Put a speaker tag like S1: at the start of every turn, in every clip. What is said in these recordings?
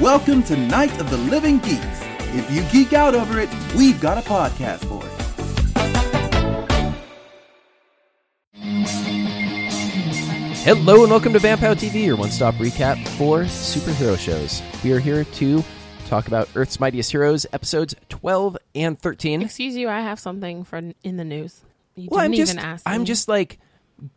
S1: Welcome to Night of the Living Geeks. If you geek out over it, we've got a podcast for it.
S2: Hello and welcome to Vampire TV, your one-stop recap for superhero shows. We are here to talk about Earth's Mightiest Heroes episodes 12 and 13.
S3: Excuse you, I have something for in the news. You
S2: Well, I'm
S3: didn't
S2: just
S3: even ask.
S2: I'm
S3: me.
S2: just like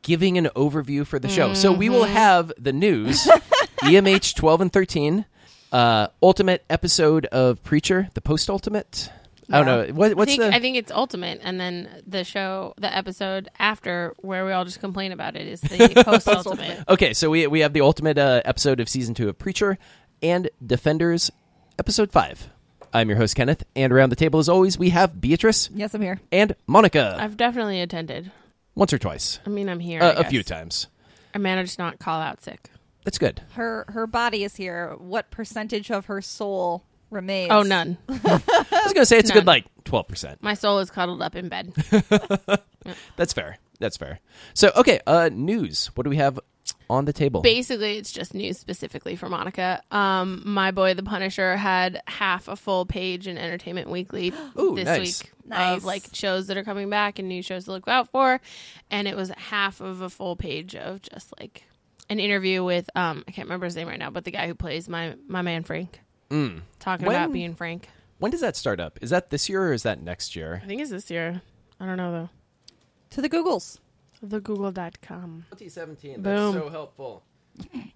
S2: giving an overview for the show. So we will
S3: Mm-hmm.
S2: have the news, E EMH 12 and 13, uh ultimate episode of Preacher, the post-ultimate. I don't know. What,
S3: I
S2: what's
S3: think,
S2: the
S3: I think it's ultimate, and then the show, the episode after where we all just complain about it is the post ultimate.
S2: Okay, so we we have the ultimate uh, episode of season two of Preacher and Defenders, episode five. I'm your host Kenneth, and around the table as always we have Beatrice
S4: Yes, I'm here.
S2: and Monica
S3: I've definitely attended.
S2: once or twice,
S3: I mean, I'm here
S2: uh,
S3: I
S2: a
S3: guess.
S2: few times.
S3: I managed to not call out sick.
S2: That's good.
S4: Her her body is here. What percentage of her soul remains?
S3: Oh, none.
S2: I was gonna say it's a
S3: None.
S2: good like twelve percent.
S3: My soul is cuddled up in bed.
S2: That's fair. That's fair. So okay, uh, news. What do we have on the table?
S3: Basically, it's just news specifically for Monica. Um, my boy, the Punisher, had half a full page in Entertainment Weekly
S2: Ooh,
S3: this
S2: nice.
S3: week
S4: Nice.
S3: of like shows that are coming back and new shows to look out for, and it was half of a full page of just like an interview with um, I can't remember his name right now, but the guy who plays my my man Frank, talking
S2: Mm. When-
S3: about being Frank.
S2: when does that start up? Is that this year or is that next year?
S3: I think it's this year. I don't know
S4: To the Googles.
S3: though. The Google.com.
S2: 2017.
S3: that's Boom. so
S2: helpful.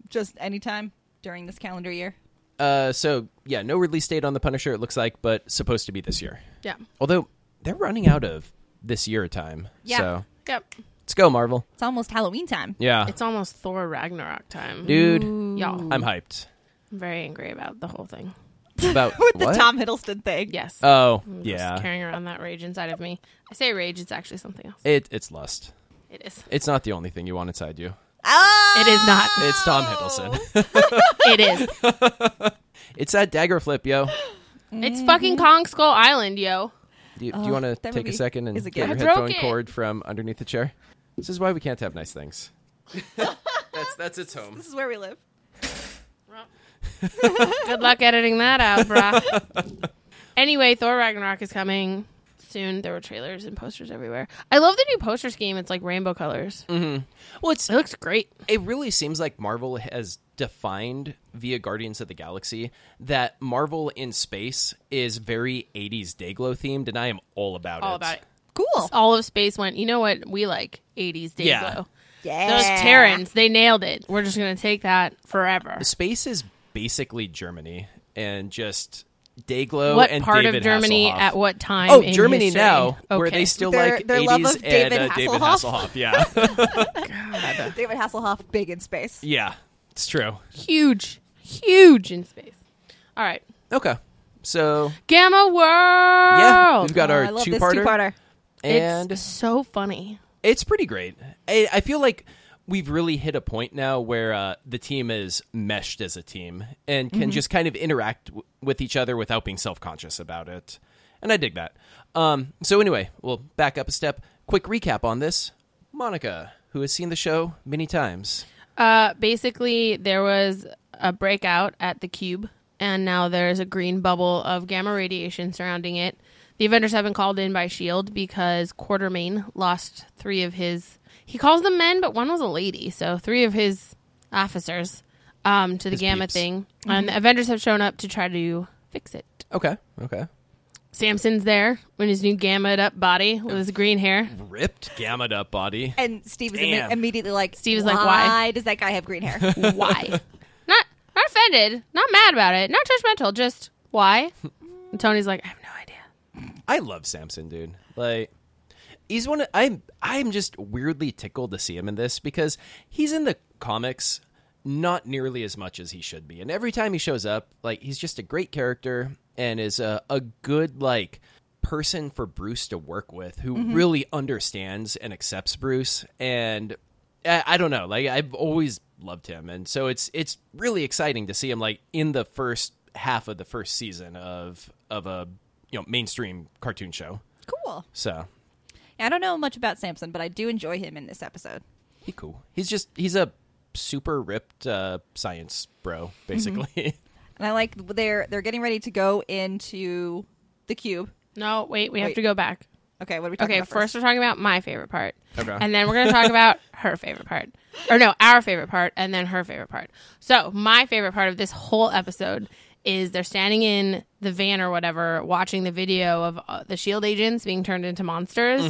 S4: Just anytime during this calendar year.
S2: Uh, so yeah, no release date on the Punisher. It looks like, but supposed to be this year.
S3: Yeah.
S2: Although they're running out of this year time.
S4: Yeah.
S2: So
S3: Yep.
S2: let's go, Marvel.
S4: It's almost Halloween time.
S2: Yeah.
S3: It's almost Thor Ragnarok time.
S2: Dude,
S3: Y'all,
S2: I'm hyped.
S3: I'm very angry about the whole thing.
S2: About
S4: With the
S2: what?
S4: Tom Hiddleston thing.
S3: Yes.
S2: Oh,
S3: I'm just
S2: yeah.
S3: carrying around that rage inside of me. I say rage, it's actually something else.
S2: It, it's lust.
S3: It is.
S2: It's not the only thing you want inside you.
S4: Ah!
S3: It is not.
S2: It's Tom Hiddleston.
S3: It is.
S2: it's that dagger flip, yo.
S3: It's fucking Kong Skull Island, yo.
S2: Do you, do you want to
S4: that would
S2: take a
S4: be-
S2: second and
S4: is it
S2: get
S4: good?
S2: your
S3: I broke
S2: headphone
S3: it.
S2: cord from underneath the chair? This is why we can't have nice things. that's that's its home.
S4: This is where we live.
S3: Good luck editing that out, bruh. anyway, Thor Ragnarok is coming soon. There were trailers and posters everywhere. I love the new poster scheme. It's like rainbow colors.
S2: Well, it's
S3: It looks great.
S2: it really seems like Marvel has defined via Guardians of the Galaxy that Marvel in space is very 80s Dayglow themed, and I am all about it.
S3: All about it.
S4: Cool.
S3: All of space went, you know what we like? 80s day
S2: Yeah.
S3: glow.
S4: Yeah.
S3: Those Terrans, they nailed it. We're just going to take that forever.
S2: Space is basically Germany and just Dayglow
S3: what
S2: and
S3: part
S2: David
S3: of Germany
S2: Hasselhoff.
S3: at what time?
S2: Oh,
S3: in
S2: Germany
S3: history?
S2: now, where
S3: Okay.
S2: they still
S4: Their-
S2: like
S4: their love
S2: 80s
S4: of
S2: and
S4: David
S2: uh, David
S4: Hasselhoff.
S2: Hasselhoff. Yeah,
S4: David Hasselhoff, big in space.
S2: yeah, it's true.
S3: huge, huge in space. All right,
S2: Okay, so
S3: Gamma World.
S2: yeah, we've got
S4: Oh,
S2: our
S4: I love this
S2: two-parter,
S4: two-parter.
S2: and
S3: it's so funny.
S2: It's pretty great. I, I feel like we've really hit a point now where uh, the team is meshed as a team and can just kind of interact w- with each other without being self conscious about it. And I dig that. Um, so, anyway, we'll back up a step. Quick recap on this Monica, who has seen the show many times.
S3: Uh, basically, there was a breakout at the cube, and now there's a green bubble of gamma radiation surrounding it. The Avengers have been called in by Shield E because Quartermain lost three of his. He calls them men, but one was a lady, so three of his officers um, to the
S2: His
S3: gamma
S2: peeps. Mm-hmm.
S3: thing, and the Avengers have shown up to try to fix it.
S2: Okay, okay.
S3: Samson's there in his new gammaed up body with his green hair.
S2: Ripped, gammaed up body.
S4: And Steve is imme-
S2: Damn.
S4: immediately like,
S3: Steve is like, why?
S4: Why does that guy have green hair?
S3: Why? not not offended, not mad about it, not judgmental, just why? And Tony's like, I have no idea.
S2: I love Samson, dude. Like he's one of I'm I'm just weirdly tickled to see him in this because he's in the comics not nearly as much as he should be. And every time he shows up, like he's just a great character and is a, a good like person for Bruce to work with who really understands and accepts Bruce and I, I don't know, like I've always loved him and so it's it's really exciting to see him like in the first half of the first season of of a you know mainstream cartoon show.
S4: cool.
S2: So
S4: I don't know much about Samson, but I do enjoy him in this episode.
S2: he Mm-hmm. cool. He's just he's a super ripped uh, science bro, basically.
S4: And I like they're they're getting ready to go into the cube.
S3: No, wait, we have
S4: Wait.
S3: to go back.
S4: Okay, what are we talking
S3: Okay,
S4: about
S3: first? we're talking about my favorite part.
S2: Okay.
S3: And then we're going to talk about her favorite part. Or no, our favorite part and then her favorite part. So, my favorite part of this whole episode is they're standing in the van or whatever watching the video of uh, the shield agents being turned into monsters.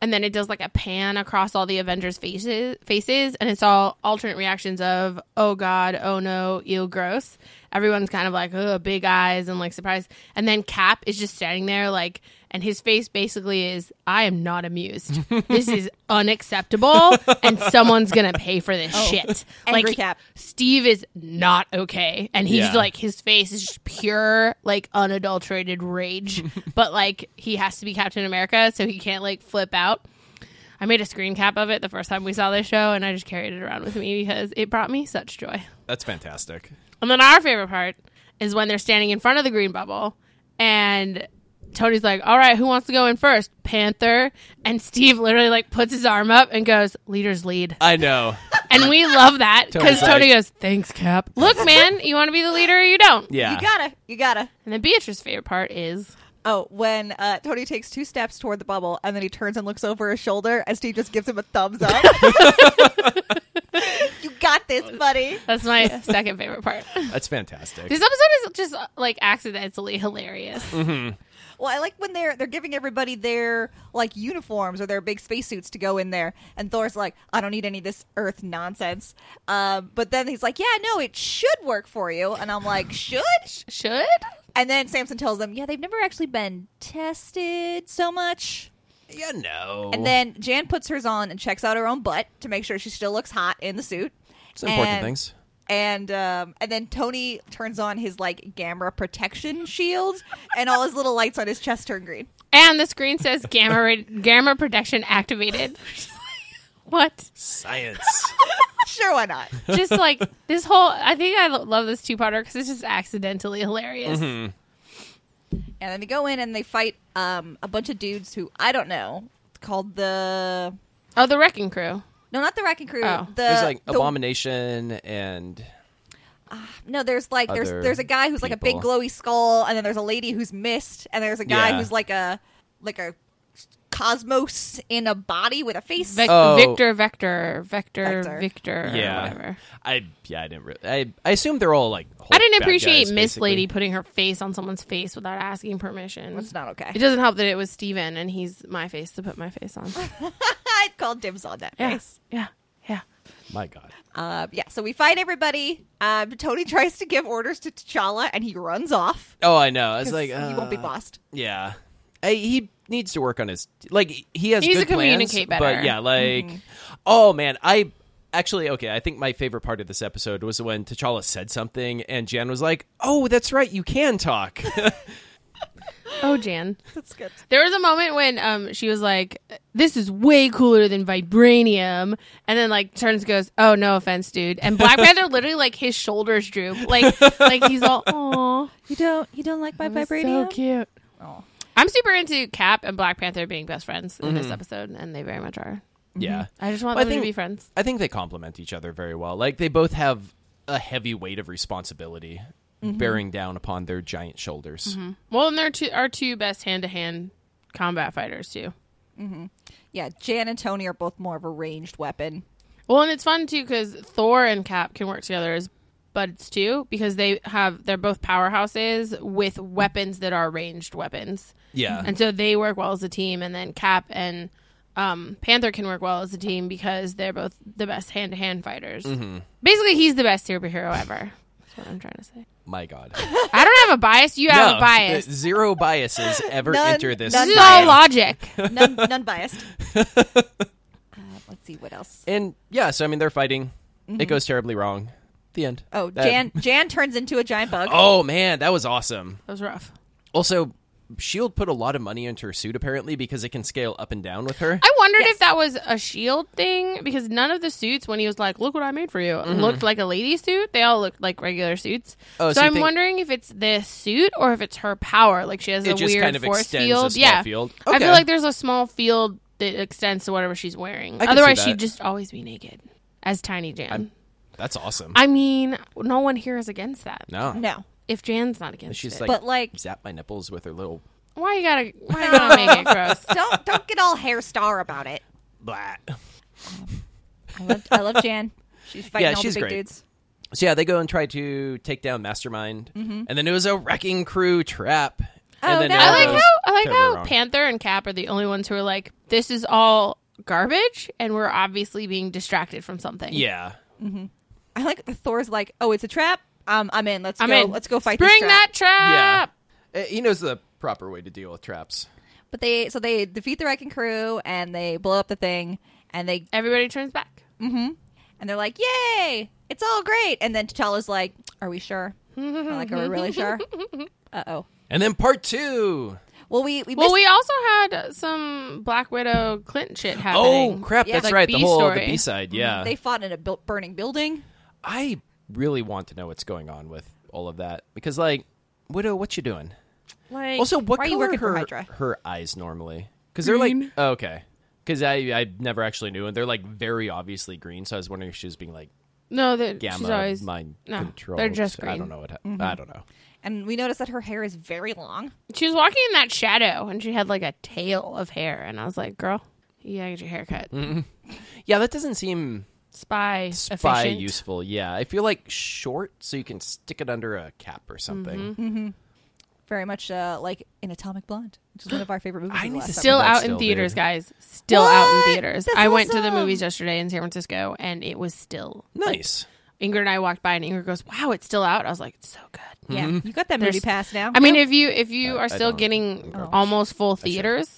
S3: And then it does like a pan across all the Avengers faces faces and it's all alternate reactions of oh god, oh no, ew gross. Everyone's kind of like oh big eyes and like surprised. And then Cap is just standing there like and his face basically is I am not amused. this is unacceptable and someone's going to pay for this shit.
S4: Angry
S3: like
S4: Cap.
S3: Steve is not okay and he's
S2: Yeah.
S3: like his face is just pure like unadulterated rage, but like he has to be Captain America so he can't like flip out. I made a screen cap of it the first time we saw this show and I just carried it around with me because it brought me such joy.
S2: That's fantastic.
S3: And then our favorite part is when they're standing in front of the green bubble and Tony's like, "All right, who wants to go in first? Panther." And Steve literally like puts his arm up and goes, "Leaders lead."
S2: I know.
S3: And we love that cuz
S2: Tony's like-
S3: Tony goes, "Thanks, Cap. Look, man, you want to be the leader or you don't."
S2: Yeah.
S4: You gotta, you gotta.
S3: And then Beatrice's favorite part is
S4: Oh, when uh, Tony takes two steps toward the bubble and then he turns and looks over his shoulder, and Steve just gives him a thumbs up. you got this, buddy.
S3: that's my second favorite part.
S2: That's fantastic.
S3: This episode is just uh, like accidentally hilarious.
S2: Mm-hmm.
S4: Well, I like when they're they're giving everybody their like uniforms or their big spacesuits to go in there, and Thor's like, "I don't need any of this Earth nonsense." Um, but then he's like, "Yeah, no, it should work for you," and I'm like, "Should?"
S3: Should?
S4: And then Samson tells them, "Yeah, they've never actually been tested so much."
S2: yeah, no.
S4: And then Jan puts hers on and checks out her own butt to make sure she still looks hot in the suit.
S2: it's important
S4: and-
S2: things.
S4: And um, and then Tony turns on his like gamma protection shield, and all his little lights on his chest turn green.
S3: And the screen says gamma ra- gamma protection activated. what?
S2: Science.
S4: Sure, why not?
S3: just like this whole i think i lo- love this two-parter because it's just accidentally hilarious
S2: Mm-hmm.
S4: And then they go in and they fight um, a bunch of dudes who I don't know called the
S3: oh the wrecking crew
S4: no, not the Wrecking Crew.
S3: Oh.
S4: The
S2: There's like
S4: the-
S2: abomination and
S4: No, there's like there's
S2: Other
S4: there's a guy who's like a big
S2: people.
S4: glowy skull, and then there's a lady who's mist, and there's a guy
S2: Yeah.
S4: who's like a like a cosmos in a body with a face.
S3: Vic-
S2: Oh.
S3: victor vector vector
S4: Vector.
S3: victor, or
S2: yeah.
S3: whatever
S2: I yeah, I didn't. Re- I I assume they're all like. Hulk
S3: i didn't
S2: bad
S3: appreciate
S2: guys,
S3: miss
S2: basically.
S3: lady putting her face on someone's face without asking permission
S4: That's not okay.
S3: it doesn't help that it was steven and he's my face to put my face on
S4: I called dibs on that
S3: yeah
S4: face.
S3: yeah yeah
S2: My God.
S4: Uh, yeah, so we fight everybody. Um, Tony tries to give orders to T'Challa, and he runs off.
S2: Oh, I know. It's like
S4: he won't be
S2: uh,
S4: bossed.
S2: Yeah, I, he needs to work on his like he has
S3: He needs
S2: good
S3: to communicate
S2: plans,
S3: better. Mm-hmm.
S2: but yeah, like oh man, I actually okay. I think my favorite part of this episode was when T'Challa said something and Jan was like, "Oh, that's right, you can talk."
S3: Mm-hmm. oh jan
S4: That's good.
S3: There was a moment when um she was like, "This is way cooler than vibranium," and then like turns and goes, "Oh no offense, dude." And Black Panther literally like his shoulders droop, like like he's all, "Oh,
S4: You don't you don't like my
S3: so cute."
S4: Oh.
S3: I'm super into Cap and Black Panther being best friends in this episode, and they very much are.
S2: yeah,
S3: I just want
S2: Well, I
S3: them
S2: think-
S3: to be friends.
S2: I think they complement each other very well. Like they both have a heavy weight of responsibility
S3: Mm-hmm.
S2: bearing down upon their giant shoulders.
S3: Well, and they're two our two best hand to hand combat fighters too.
S4: Yeah, Jan and Tony are both more of a ranged weapon.
S3: Well, and it's fun too because Thor and Cap can work together as buds too because they have they're both powerhouses with weapons that are ranged weapons,
S2: Yeah,
S3: and so they work well as a team. And then Cap and um, Panther can work well as a team because they're both the best hand to hand fighters. Basically, he's the best superhero ever. That's what I'm trying to say.
S2: my God,
S3: I don't have a bias. You have a bias.
S2: the- zero biases ever
S4: None-
S2: enter this.
S4: none
S3: This is
S4: bias.
S3: all logic.
S4: None, none biased. Uh, let's see what else.
S2: And yeah, so I mean, they're fighting. It goes terribly wrong. The end.
S4: Mm-hmm. Oh,
S2: That-
S4: Jan Jan turns into a giant bug.
S2: Oh man, that was awesome.
S3: That was rough.
S2: Also, Shield E put a lot of money into her suit apparently because it can scale up and down with her.
S3: I wondered
S4: Yes.
S3: if that was a shield thing because none of the suits, when he was like, "Look what I made for you," looked like a lady suit. They all looked like regular suits.
S2: Mm-hmm. Oh,
S3: so,
S2: so you
S3: I'm
S2: think-
S3: wondering if it's this suit or if it's her power. Like she has
S2: It
S3: a
S2: just
S3: weird
S2: kind of
S3: force
S2: extends a
S3: field.
S2: small
S3: yeah,
S2: field.
S3: I feel
S2: Okay.
S3: like there's a small field that extends to whatever she's wearing.
S2: I can see
S3: Otherwise,
S2: that.
S3: she'd just always be naked as Tiny Jan.
S2: That's awesome.
S3: I mean, no one here is against that.
S2: no.
S4: No.
S3: if Jan's not against
S2: She's
S3: it.
S2: like,
S4: But, like-
S2: zap my nipples with her little
S3: why you gotta why you gotta make it gross?
S4: don't don't get all hair star about it.
S2: blah.
S4: I love, I love Jan. She's fighting
S2: Yeah,
S4: all
S2: she's
S4: the big
S2: great.
S4: dudes.
S2: So yeah, they go and try to take down Mastermind, and then it was a wrecking crew trap.
S4: Mm-hmm. Oh,
S2: and then
S4: no.
S3: I
S2: Arrow's
S3: like how I like
S2: totally
S3: how
S2: wrong.
S3: Panther and Cap are the only ones who are like, this is all garbage, and we're obviously being distracted from something.
S2: Yeah,
S4: I like that Thor's like, oh, it's a trap. Um, I'm in. Let's
S3: I
S4: go.
S3: mean,
S4: let's go fight.
S3: Bring
S4: this trap.
S3: that trap.
S2: yeah. Uh, He knows the proper way to deal with traps.
S4: But they so they defeat the wrecking crew and they blow up the thing and they
S3: Everybody turns back.
S4: and they're like, "Yay! It's all great!" And then T'Challa's like, "Are we sure? I'm like, are we really sure? Uh oh.
S2: And then part two.
S4: Well, we we
S3: Well,
S4: missed-
S3: we also had some Black Widow Clint shit happening.
S2: Oh crap!
S4: Yeah.
S2: that's
S3: Like
S2: right. The
S3: B
S2: whole
S3: story. Mm-hmm.
S2: the B side. Yeah,
S4: they fought in a bu- burning building.
S2: I really want to know what's going on with all of that because, like, Widow, what you doing?
S4: Like,
S2: Also, what
S4: why
S2: color
S4: are you working
S2: her
S4: for Hydra?
S2: her eyes normally? Because they're like oh, okay. Because I I never actually knew, and they're like very obviously green. So I was wondering if she was being like
S3: No, that
S2: gamma
S3: she's always
S2: mind
S3: no,
S2: control.
S3: They're just
S2: I don't
S3: green. Mm-hmm.
S2: know what. hap- I don't know.
S4: And we noticed that her hair is very long.
S3: She was walking in that shadow, and she had like a tail of hair, and I was like, "Girl, you gotta get your hair cut."
S2: Yeah, that doesn't seem
S3: Spy,
S2: Mm-hmm. spy
S3: efficient.
S2: useful. Yeah, I feel like short, so you can stick it under a cap or something.
S3: Mm-hmm.
S4: Very much uh, like in Atomic Blonde, which is one of our favorite movies.
S2: I
S4: of the
S2: need
S4: last
S2: to
S4: summer.
S3: Still
S2: But
S3: out
S2: still,
S3: in theaters,
S2: dude.
S3: guys. Still out
S4: What?
S3: in theaters.
S4: That's
S3: I went to the
S4: awesome.
S3: movies yesterday in San Francisco, and it was still
S2: Nice.
S3: Ingrid and I walked by, and Ingrid goes, "Wow, it's still out." I was like, "It's so good."
S2: Hmm.
S4: Yeah, you got that movie
S3: Mm-hmm. There's-
S4: pass now.
S3: I mean, if you if you
S2: I- I
S3: are still
S2: don't.
S3: getting almost full theaters,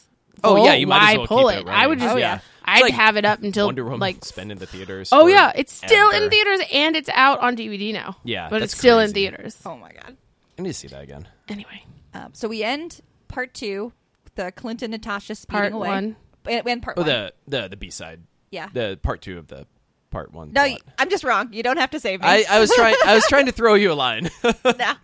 S2: Oh,
S3: full,
S2: yeah, you might as
S3: why
S2: well keep
S3: pull
S2: it
S3: it. I
S2: running.
S3: would just,
S2: Oh, yeah.
S3: I'd
S2: It's like
S3: have it up until
S2: Wonder Woman
S3: like.
S2: spend in the theaters.
S3: Oh
S2: for
S3: yeah, it's still
S2: ever.
S3: in theaters and it's out on DVD now.
S2: Yeah,
S3: but
S2: that's
S3: it's still in
S2: crazy.
S3: theaters.
S4: oh my god.
S2: I need to see that again.
S3: Anyway,
S4: Um, so we end part two, with the Clinton Natasha speeding
S3: Part
S4: away.
S3: one.
S4: and, and part
S2: Oh,
S4: one.
S2: the the the B side.
S4: Yeah.
S2: the part two of the part one.
S4: no,
S2: plot.
S4: y- I'm just wrong. You don't have to save me.
S2: I, I was trying. I was trying to throw you a line.
S4: nah.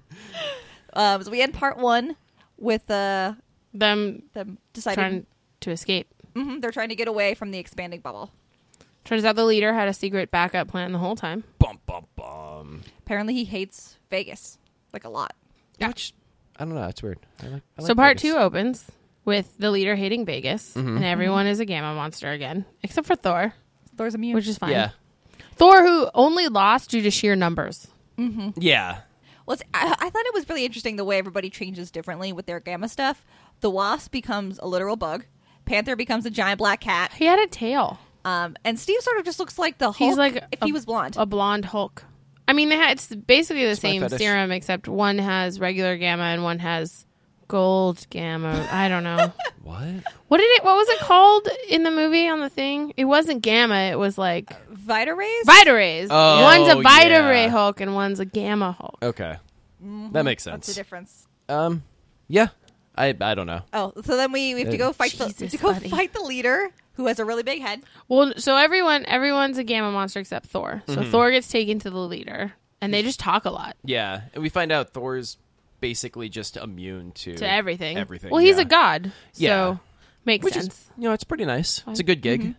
S4: um, so we end part one with uh,
S3: them
S4: them deciding
S3: trying to escape.
S4: Mhm, they're trying to get away from the expanding bubble.
S3: Turns out the leader had a secret backup plan the whole time.
S2: bum bum bum.
S4: Apparently, he hates Vegas like a lot.
S2: Which I don't know. That's weird. I like, I
S3: so
S2: like
S3: part
S2: Vegas. Mm-hmm.
S3: two opens with the leader hating Vegas, and everyone is a gamma monster again, except for Thor,
S4: Thor's immune.
S3: which is fine.
S2: Yeah,
S3: Thor, who only lost due to sheer numbers.
S2: yeah.
S4: well, it's- I, I thought it was really interesting the way everybody changes differently with their gamma stuff. The wasp becomes a literal bug. Panther becomes a giant black cat.
S3: He had a tail.
S4: Um, and Steve sort of just looks like the Hulk
S3: He's like
S4: if
S3: a-
S4: he was blonde.
S3: a blonde Hulk. I mean, they had, it's basically the
S2: my
S3: same
S2: fetish.
S3: serum except one has regular gamma and one has gold gamma. I don't know.
S2: What?
S3: what did it? What was it called in the movie on the thing? It wasn't gamma. It was like
S4: Vita rays?
S3: Vita rays.
S2: Oh,
S3: one's a Vita
S2: yeah.
S3: ray Hulk and one's a gamma Hulk.
S2: Okay,
S4: Mm-hmm.
S2: that makes
S4: What's the
S2: sense.
S4: difference?
S2: Um, yeah. I I don't know.
S4: Oh, so then we, we have to go fight the
S3: Jesus,
S4: to go
S3: buddy.
S4: fight the leader who has a really big head.
S3: Well, so everyone everyone's a gamma monster except Thor. So
S2: Mm-hmm.
S3: Thor gets taken to the leader, and they just talk a lot
S2: Yeah, and we find out Thor's basically just immune to
S3: to everything.
S2: Everything.
S3: Well, he's
S2: yeah.
S3: a god, so
S2: Yeah.
S3: makes
S2: Which
S3: sense.
S2: is you know it's pretty nice. It's a good gig.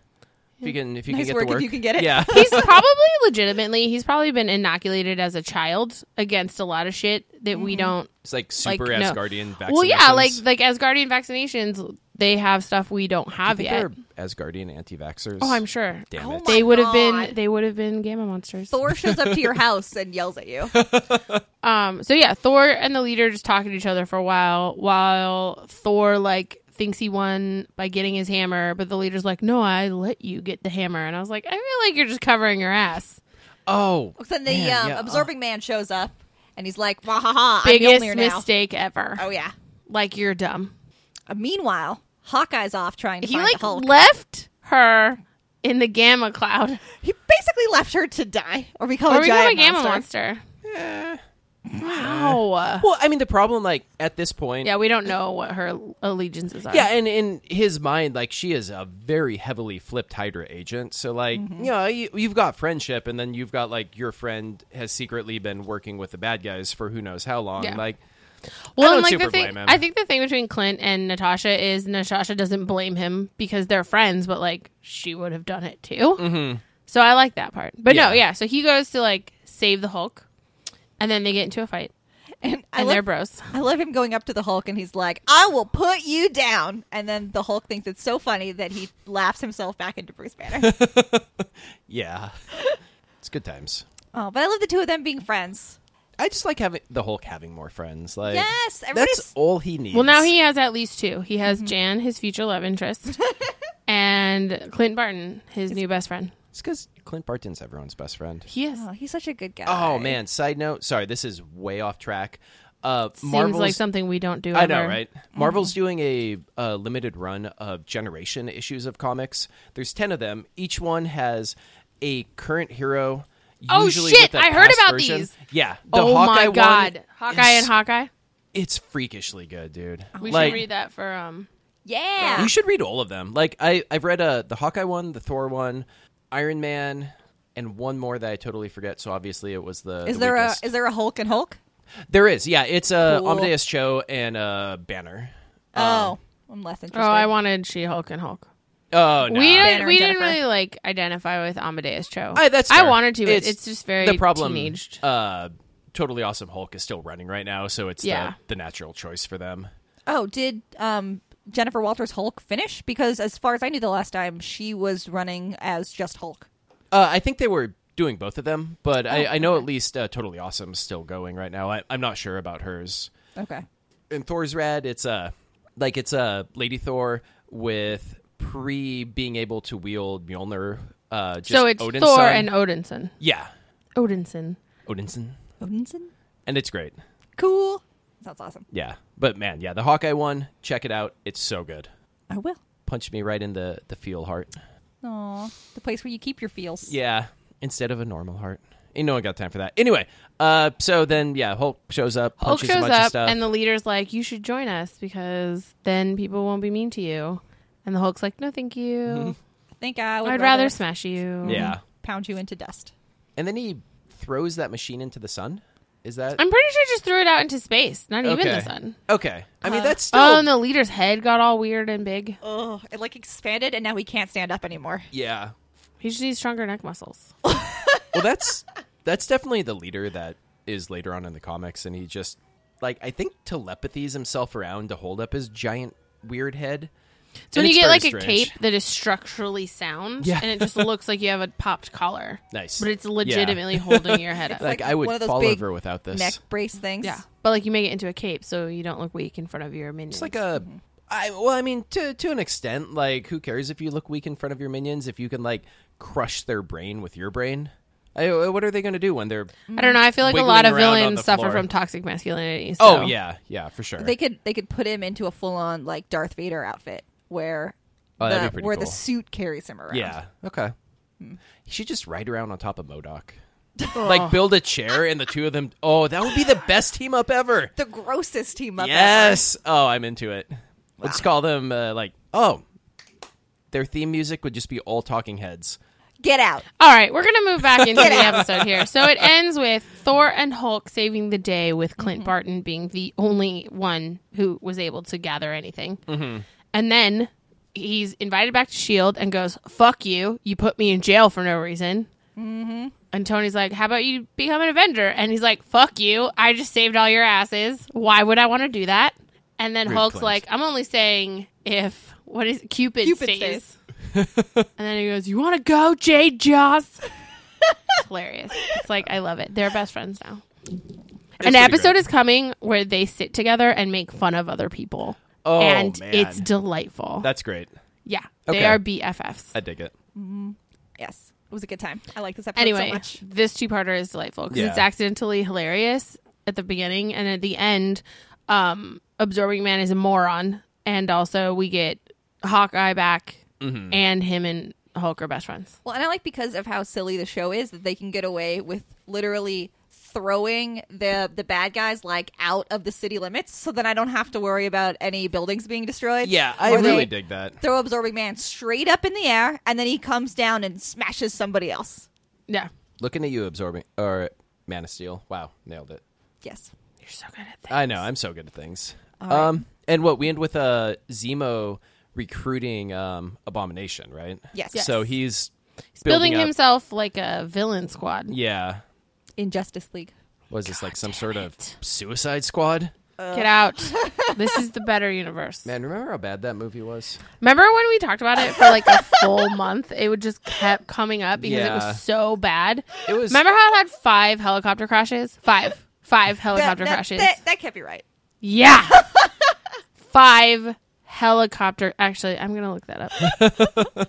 S2: If you can, if you
S4: Nice
S2: can get the
S4: work if
S2: Mm-hmm. work,
S4: you can get it.
S2: Yeah,
S3: he's probably legitimately he's probably been inoculated as a child against a lot of shit that we don't
S2: it's like
S3: like
S2: super
S3: know.
S2: Mm-hmm. Asgardian. Vaccinations.
S3: well yeah like like asgardian vaccinations they have stuff we don't
S2: I
S3: have
S2: think
S3: yet
S2: they're Asgardian anti-vaxxers.
S3: oh i'm sure
S2: Damn
S4: Oh
S2: it.
S4: my-
S3: they would have
S4: God.
S3: been they would have been gamma monsters
S4: Thor shows up to your house and yells at you.
S3: um so yeah thor and the leader just talking to each other for a while while thor like thinks he won by getting his hammer but the leader's like no i let you get the hammer and i was like i feel like you're just covering your ass
S2: oh,
S4: Then the
S2: man,
S4: um,
S2: yeah,
S4: absorbing man shows up and he's like, "Wah ha ha! I'm
S3: biggest
S4: Mjolnir now."
S3: mistake ever
S4: Oh yeah.
S3: like you're dumb
S4: Uh, meanwhile, Hawkeye's off trying to
S3: he
S4: find
S3: like
S4: the Hulk.
S3: left her in the gamma cloud
S4: he basically left her to die or become
S3: or
S4: a
S3: become
S4: giant
S3: a gamma
S4: monster. Eh.
S3: monster. Wow.
S2: Well, I mean, the problem, like at this point,
S3: Yeah, we don't know what her allegiances are.
S2: yeah, and in his mind, like she is a very heavily flipped Hydra agent. So, like, you know, you, you've got friendship, and then you've got like your friend has secretly been working with the bad guys for who knows how long.
S3: Yeah.
S2: Like,
S3: well,
S2: I
S3: and
S2: don't
S3: like
S2: super
S3: the thing,
S2: blame him.
S3: I think the thing between Clint and Natasha is Natasha doesn't blame him because they're friends, but like she would have done it too. Mm-hmm. So I like that part. But no,
S2: Yeah.
S3: yeah. So he goes to like save the Hulk, and then they get into a fight.
S4: And I
S3: and
S4: love,
S3: they're bros.
S4: I love him going up to the Hulk and he's like, "I will put you down." And then the Hulk thinks it's so funny that he laughs himself back into Bruce Banner.
S2: Yeah. it's good times.
S4: oh, but I love the two of them being friends.
S2: I just like having the Hulk having more friends. Like
S4: Yes,
S2: that's
S4: everybody's-
S2: all he needs.
S3: Well, now he has at least two. He has Jan, his future love interest, and Clint Barton, his new best friend.
S2: it's because Clint Barton's everyone's best friend.
S3: He is.
S4: Oh, he's such a good guy.
S2: Oh man, side note. Sorry, this is way off track. Uh,
S3: Seems
S2: Marvel's
S3: like something Mm-hmm. we don't do.
S2: I know,
S3: ever.
S2: right? Marvel's doing a, uh limited run of generation issues of comics. There's ten of them. Each one has a current hero.
S3: Oh,
S2: usually
S3: shit!
S2: with a
S3: I heard
S2: past
S3: about
S2: version.
S3: these.
S2: Yeah. The
S3: Oh
S2: Hawkeye
S3: my god,
S2: One
S3: Hawkeye
S2: is-
S3: and Hawkeye.
S2: It's freakishly good, dude.
S3: We
S2: Like,
S3: should read that for um.
S4: yeah.
S2: You should read all of them. Like I, I've read uh, the Hawkeye one, the Thor one, Iron Man, and one more that I totally forget. So obviously it was the.
S4: is
S2: the
S4: there
S2: weakest.
S4: a is there a Hulk and Hulk?
S2: There is. Yeah, it's uh,
S4: Cool.
S2: Amadeus Cho and uh, Banner.
S4: Oh, I'm less
S3: Oh,
S4: interested.
S3: I wanted She Hulk and Hulk.
S2: Oh no.
S3: We
S4: Banner
S3: didn't,
S4: and
S3: we didn't
S4: Jennifer.
S3: really like identify with Amadeus Cho.
S2: I, Oh, that's
S3: I
S2: fair.
S3: wanted to. But it's, just very
S2: the problem.
S3: Teenaged.
S2: Uh, totally awesome Hulk is still running right now, so it's
S3: Yeah.
S2: the, the natural choice for them.
S4: Oh, did um Jennifer Walters Hulk finish? Because as far as I knew, the last time she was running as just Hulk.
S2: Uh, I think they were doing both of them, but
S3: Oh,
S2: I, I know at least uh, totally awesome's still going right now. I, I'm not sure about hers.
S4: Okay.
S2: in Thor's Red, it's uh, like it's uh, Lady Thor with pre being able to wield Mjolnir. Uh, just
S3: so it's
S2: Odin's
S3: Thor
S2: son.
S3: and Odinson.
S2: yeah,
S3: Odinson.
S2: Odinson,
S4: Odinson.
S2: and it's great.
S4: Cool. Sounds awesome.
S2: Yeah, but man, yeah, the Hawkeye one, check it out. It's so good.
S4: I will.
S2: Punched me right in the the feel heart.
S4: Aw, the place where you keep your feels.
S2: Yeah, instead of a normal heart. Ain't no one got time for that. Anyway, uh, so then yeah, Hulk shows up,
S3: Hulk
S2: punches a
S3: shows
S2: bunch of
S3: up,
S2: stuff.
S3: and the leader's like, "You should join us because then people won't be mean to you." And the Hulk's like, "No, thank you.
S4: I think I would
S3: I'd rather smash you."
S2: Mm-hmm. yeah,
S4: pound you into dust.
S2: and then he throws that machine into the sun. Is that
S3: I'm pretty sure he just threw it out into space. Not even the sun.
S2: Okay. I mean, that's still.
S3: Oh, and the leader's head got all weird and big.
S4: Oh, it like expanded, and now he can't stand up anymore.
S2: yeah.
S3: He just needs stronger neck muscles.
S2: Well, that's that's definitely the leader that is later on in the comics, and he just like I think telepathies himself around to hold up his giant weird head.
S3: So
S2: And
S3: when you
S2: it's
S3: get
S2: very
S3: like a
S2: strange.
S3: cape that is structurally sound,
S2: Yeah.
S3: and it just looks like you have a popped collar,
S2: Nice.
S3: but it's
S2: Yeah.
S3: legitimately holding your head up.
S2: like,
S4: like
S2: I would
S4: one of those
S2: fall
S4: big
S2: over without this.
S4: Neck brace things.
S3: yeah, but like you make it into a cape so you don't look weak in front of your minions.
S2: It's like a. I, well, I mean, to to an extent, like who cares if you look weak in front of your minions if you can like crush their brain with your brain? I, uh, what are they going to do when they're?
S3: I don't know. I feel like a
S2: Wiggling
S3: lot of
S2: around on
S3: villains
S2: the
S3: suffer
S2: floor.
S3: from toxic masculinity.
S2: Oh
S3: so-
S2: yeah, yeah, for sure.
S4: They could they could put him into a full on like Darth Vader outfit where
S2: Oh, that'd be
S4: the,
S2: pretty
S4: where the
S2: cool.
S4: suit carries him around.
S2: Yeah. Okay.
S3: Hmm.
S2: He should just ride around on top of Modoc. like build a chair and the two of them. Oh, that would be the best team up ever.
S4: The grossest team up. ever.
S2: Yes. Oh, I'm into it. Let's call them uh, like oh, their theme music would just be all talking heads.
S4: Get out.
S3: All right, we're gonna move back into the episode here. So it ends with Thor and Hulk saving the day, with Clint Barton being the only one who was able to gather anything. And then he's invited back to Shield E and goes, "Fuck you! You put me in jail for no reason." And Tony's like, "How about you become an Avenger?" And he's like, "Fuck you! I just saved all your asses. Why would I want to do that?" And then
S2: Rude
S3: Hulk's
S2: Clint.
S3: like, "I'm only saying if what is it? Cupid,
S4: Cupid
S3: stays."
S4: stays.
S3: and then he goes, "You want to go, Jade Joss?" Hilarious. It's like I love it. They're best friends now. An
S2: pretty
S3: episode
S2: great.
S3: is coming where they sit together and make fun of other people.
S2: Oh,
S3: and
S2: man.
S3: it's delightful.
S2: That's great.
S3: yeah,
S2: Okay.
S3: they are BFFs.
S2: I dig it.
S4: Yes. It was a good time. I like this episode so
S3: anyway,
S4: much.
S3: this two parter is delightful because it's
S2: Yeah.
S3: accidentally hilarious at the beginning and at the end. Um, Absorbing Man is a moron, and also we get Hawkeye back,
S2: Mm-hmm.
S3: and him and Hulk are best friends.
S4: Well, and I like because of how silly the show is that they can get away with literally throwing the the bad guys like out of the city limits so then I don't have to worry about any buildings being destroyed.
S2: Yeah, I
S4: Or they
S2: really dig that.
S4: Throw absorbing man straight up in the air and then he comes down and smashes somebody else.
S3: Yeah,
S2: Looking at you, absorbing or Man of Steel. Wow, nailed it.
S4: Yes.
S3: you're so good at that.
S2: I know. I'm so good at things. Um, and what we end with uh, Zemo recruiting um, Abomination, right?
S4: Yes. Yes.
S2: So he's,
S3: He's building
S2: up-
S3: himself like a villain squad.
S2: Yeah.
S4: In Justice League.
S2: was this like some sort of suicide squad?
S3: Get out. this is the better universe.
S2: Man, remember how bad that movie was?
S3: Remember when we talked about it for like a full month? It would just kept coming up because it
S2: Yeah.
S3: was so bad.
S2: It was
S3: Remember how it had five helicopter crashes? Five. Five
S4: That,
S3: helicopter
S4: that-
S3: crashes.
S4: that- that can't be right.
S3: Yeah. five helicopter. Actually, I'm going to look that up.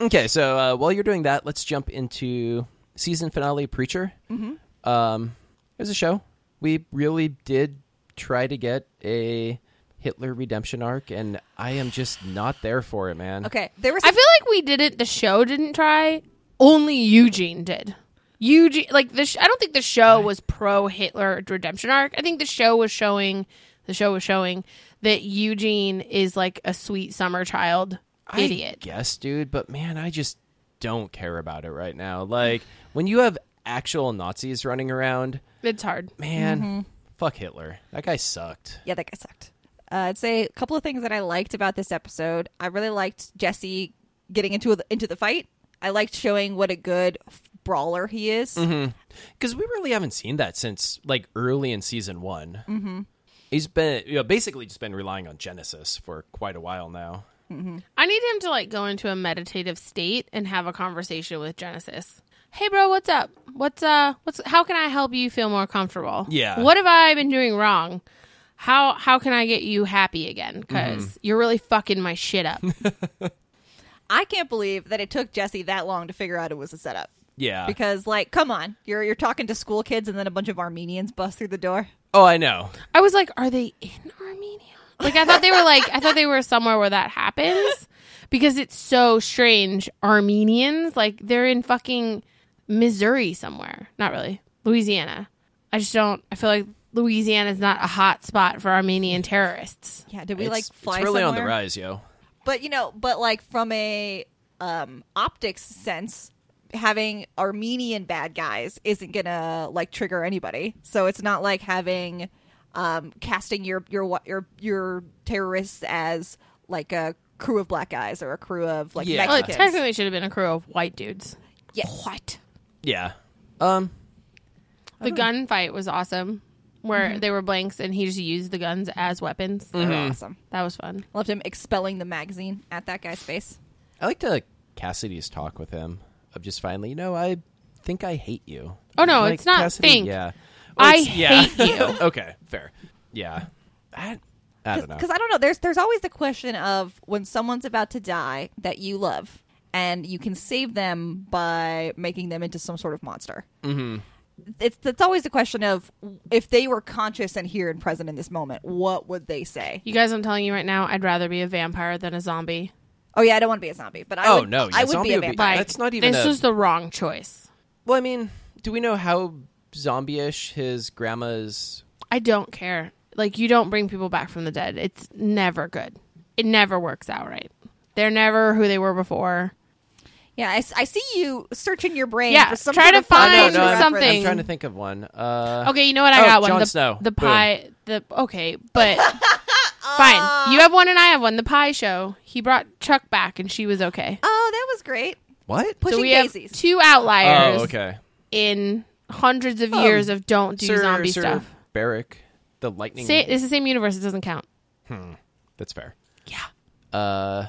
S2: Okay, so uh, while you're doing that, let's jump into season finale Preacher. Mm-hmm. Um, it was a show. We really did try to get a Hitler redemption arc, and I am just not there for it, man.
S4: Okay, there was
S3: I feel like we didn't. The show didn't try. Only Eugene did. Eugene, like the. Sh- I don't think the show was pro Hitler redemption arc. I think the show was showing. The show was showing that Eugene is like a sweet summer child
S2: I
S3: idiot.
S2: guess, dude, but man, I just don't care about it right now. Like, when you have actual Nazis running around,
S3: It's hard.
S2: man, fuck Hitler. That guy sucked.
S4: yeah, that guy sucked. Uh, I'd say a couple of things that I liked about this episode. I really liked Jesse getting into the, into the fight. I liked showing what a good f- brawler he is.
S2: Mm-hmm. because we really haven't seen that since like early in season one. Mm-hmm. He's been you know, basically just been relying on Genesis for quite a while now.
S3: I need him to like go into a meditative state and have a conversation with Genesis. Hey, bro, what's up? What's uh, what's how can I help you feel more comfortable?
S2: Yeah.
S3: What have I been doing wrong? How how can I get you happy again? Because you're really fucking my shit up.
S4: I can't believe that it took Jesse that long to figure out it was a setup.
S2: Yeah.
S4: Because like, come on, you're you're talking to school kids, and then a bunch of Armenians bust through the door.
S2: oh, I know.
S3: I was like, are they in Armenia? Like I thought they were like I thought they were somewhere where that happens because it's so strange. Armenians like they're in fucking Missouri somewhere. Not really. Louisiana. I just don't I feel like Louisiana is not a hot spot for Armenian terrorists.
S4: Yeah, did we
S2: it's,
S4: like fly
S2: it's really on the
S4: somewhere?
S2: rise, yo.
S4: But you know, but like from a um optics sense, having Armenian bad guys isn't gonna like trigger anybody. So it's not like having um casting your your wa- your your terrorists as like a crew of black guys or a crew of like
S2: Yeah.
S3: Well, it
S4: Mexicans.
S3: technically should have been a crew of white dudes.
S4: Yeah.
S3: What?
S2: Yeah. Um.
S3: The gunfight was awesome. Where they were blanks and he just used the guns as weapons.
S4: They're awesome.
S3: That was fun.
S4: Loved him expelling the magazine at that guy's face.
S2: I like to Cassidy's talk with him of just finally, you know, I think I hate you.
S3: Oh, no,
S2: Like,
S3: it's not
S2: Cassidy,
S3: think.
S2: Yeah.
S3: I
S2: it's- yeah.
S3: hate you.
S2: okay, fair. Yeah. I, I don't know.
S4: because I don't know. There's there's always the question of when someone's about to die that you love, and you can save them by making them into some sort of monster. Mm-hmm. It's that's always the question of if they were conscious and here and present in this moment, what would they say?
S3: You guys, I'm telling you right now, I'd rather be a vampire than a zombie.
S4: Oh yeah, I don't want to be a zombie, but I
S2: Oh,
S4: would,
S2: no, yeah,
S4: I would
S2: zombie
S4: be a
S2: would be-
S4: vampire.
S3: Like,
S2: That's not even
S3: This
S2: a-
S3: was the wrong choice.
S2: well, I mean, do we know how zombie-ish his grandma's
S3: I don't care. Like, you don't bring people back from the dead. It's never good. It never works out right. They're never who they were before.
S4: yeah, I, s- I see you searching your brain.
S3: Yeah,
S4: for some
S3: try
S4: sort
S3: to
S4: of pop
S3: find
S4: culture
S2: I'm- I'm,
S3: something.
S2: trying to think of one. Uh,
S3: Okay, you know what? I
S2: Oh,
S3: got one.
S2: Jon
S3: the,
S2: Snow.
S3: The
S2: Boom.
S3: pie. The okay, but fine. You have one, and I have one. The pie show. He brought Chuck back, and she was okay.
S4: Oh, that was great.
S2: What?
S4: Pushing
S3: so we
S4: daisies.
S3: have two outliers
S2: Oh, okay.
S3: in hundreds of years of don't do
S2: Sir,
S3: zombie
S2: Sir
S3: stuff.
S2: Barrick, the lightning.
S3: Say, it's the same universe. It doesn't count.
S2: That's fair.
S3: Yeah.
S2: Uh,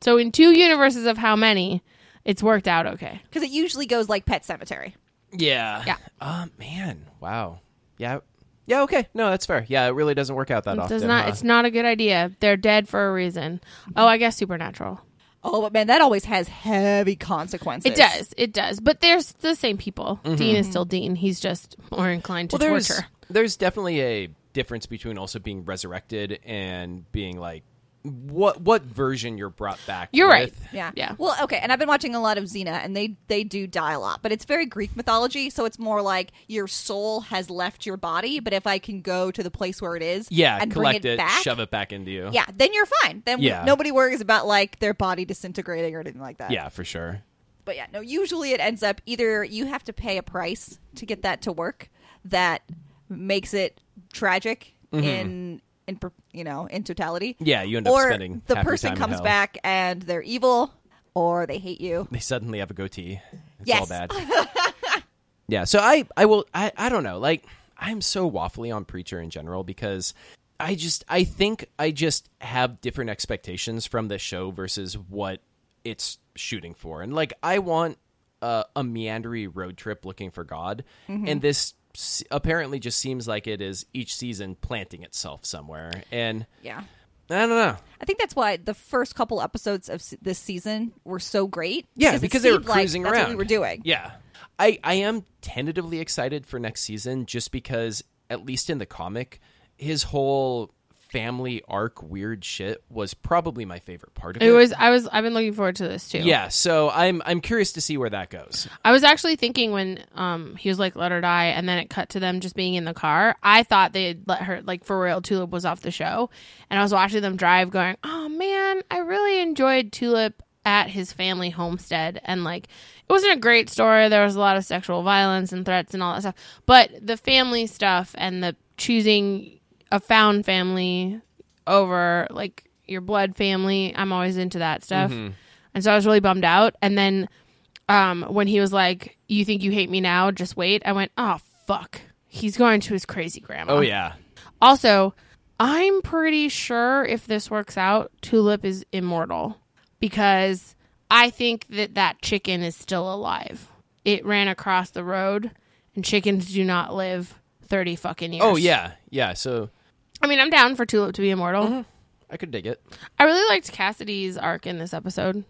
S3: So in two universes of how many, it's worked out okay.
S4: because it usually goes like Pet Cemetery.
S2: yeah.
S3: Yeah.
S2: Uh, man. Wow. Yeah. Yeah. Okay. No, that's fair. Yeah, it really doesn't work out that
S3: It
S2: often. uh,
S3: does not.
S2: huh?
S3: It's not a good idea. They're dead for a reason. Oh, I guess supernatural.
S4: Oh, but man, that always has heavy consequences.
S3: It does. It does. But they're s- the same people. Dean is still Dean. He's just more inclined to
S2: Mm-hmm. well, there's
S3: torture.
S2: there's definitely a difference between also being resurrected and being like what what version you're brought back.
S3: You're right.
S2: with.
S4: Yeah.
S3: Yeah.
S4: Well, okay, and I've been watching a lot of Xena and they they do die a lot, but it's very Greek mythology, so it's more like your soul has left your body, but if I can go to the place where it is
S2: Yeah.
S4: and
S2: collect
S4: bring it, back,
S2: shove it back into you.
S4: Yeah, then you're fine. Then
S2: Yeah.
S4: nobody worries about like their body disintegrating or anything like that.
S2: Yeah, for sure.
S4: But yeah, no, usually it ends up either you have to pay a price to get that to work that makes it tragic in in per- you know, in totality.
S2: Mm-hmm. Yeah, you end up
S4: or
S2: spending
S4: the
S2: half your
S4: person
S2: time in
S4: comes
S2: hell.
S4: back and they're evil or they hate you.
S2: They suddenly have a goatee. It's all
S4: Yes.
S2: bad. Yeah, so I I will I I don't know. Like I'm so waffly on Preacher in general because I just I think I just have different expectations from the show versus what it's shooting for. And like I want uh, a meandery road trip looking for God, and this s- apparently just seems like it is each season planting itself somewhere. And
S4: Yeah.
S2: I don't know.
S4: I think that's why the first couple episodes of se- this season were so great.
S2: Yeah,
S4: it
S2: because, they were
S4: seemed like
S2: cruising
S4: that's
S2: around.
S4: What we were doing.
S2: Yeah, I I am tentatively excited for next season just because at least in the comic, his whole family arc weird shit was probably my favorite part of it.
S3: It was I was I've been looking forward to this too.
S2: yeah, so I'm I'm curious to see where that goes.
S3: I was actually thinking when um he was like let her die and then it cut to them just being in the car. I thought they had let her like for real Tulip was off the show and I was watching them drive going, "Oh man, I really enjoyed Tulip at his family homestead and like it wasn't a great story. There was a lot of sexual violence and threats and all that stuff. But the family stuff and the choosing a found family over like your blood family, I'm always into that stuff. And so I was really bummed out and then um, when he was like, "You think you hate me now? Just wait." I went, "Oh fuck." He's going to his crazy grandma.
S2: Oh yeah,
S3: Also, I'm pretty sure if this works out, Tulip is immortal because I think that that chicken is still alive. It ran across the road, and chickens do not live thirty fucking years.
S2: oh yeah, yeah. So
S3: I mean, I'm down for Tulip to be immortal.
S2: Mm-hmm. I could dig it.
S3: I really liked Cassidy's arc in this episode.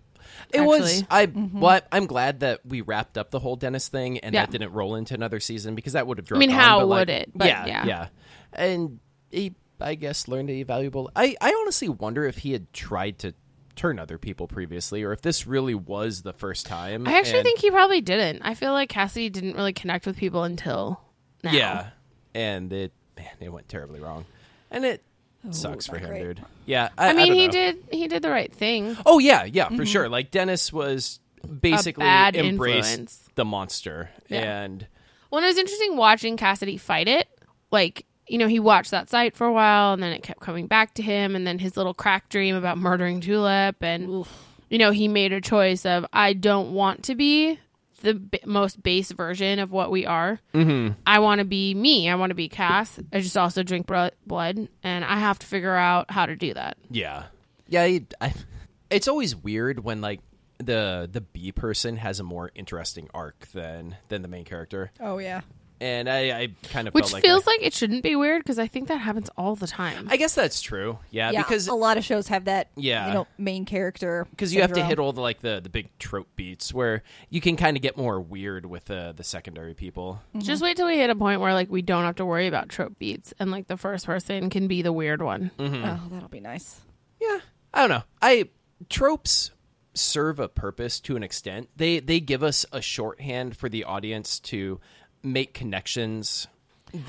S2: It was
S3: Actually. Mm-hmm.
S2: I what I'm glad that we wrapped up the whole Dennis thing and
S3: Yeah.
S2: that didn't roll into another season because that would have dropped.
S3: mean,
S2: on,
S3: how
S2: but, like,
S3: would it? But,
S2: yeah,
S3: yeah.
S2: yeah. And he, I guess, learned a valuable. I I honestly wonder if he had tried to turn other people previously or if this really was the first time.
S3: I actually
S2: and-
S3: think he probably didn't. I feel like Cassidy didn't really connect with people until now.
S2: Yeah, and it man, it went terribly wrong, and it sucks for
S4: not
S2: him,
S4: great.
S2: dude. Yeah, I,
S3: Oh, I mean,
S2: don't
S3: he
S2: know.
S3: did. He did the right thing.
S2: Oh yeah, yeah, for sure. Like Dennis was basically
S3: bad
S2: embraced
S3: influence.
S2: the monster, and
S3: Well, and it was interesting watching Cassidy fight it. Like, you know, he watched that site for a while, and then it kept coming back to him, and then his little crack dream about murdering Tulip, and you know, he made a choice of I don't want to be the b- most base version of what we are.
S2: Mm-hmm.
S3: I want to be me. I want to be Cass. I just also drink bro- blood, and I have to figure out how to do that.
S2: yeah, yeah. He, I, it's always weird when like the the B person has a more interesting arc than than the main character,
S4: Oh yeah.
S2: and I, I kind of
S3: Which
S2: felt like
S3: feels
S2: I,
S3: like it shouldn't be weird because I think that happens all the time.
S2: I guess that's true. Yeah,
S4: Yeah,
S2: because
S4: a lot of shows have that.
S2: Yeah.
S4: you know, main character
S2: because you have to
S4: syndrome.
S2: hit all the like the, the big trope beats where you can kind of get more weird with uh, the secondary people.
S3: Just wait till we hit a point where like we don't have to worry about trope beats and like the first person can be the weird one.
S2: Mm-hmm.
S4: Oh, that'll be nice.
S2: yeah i don't know i tropes serve a purpose to an extent they they give us a shorthand for the audience to make connections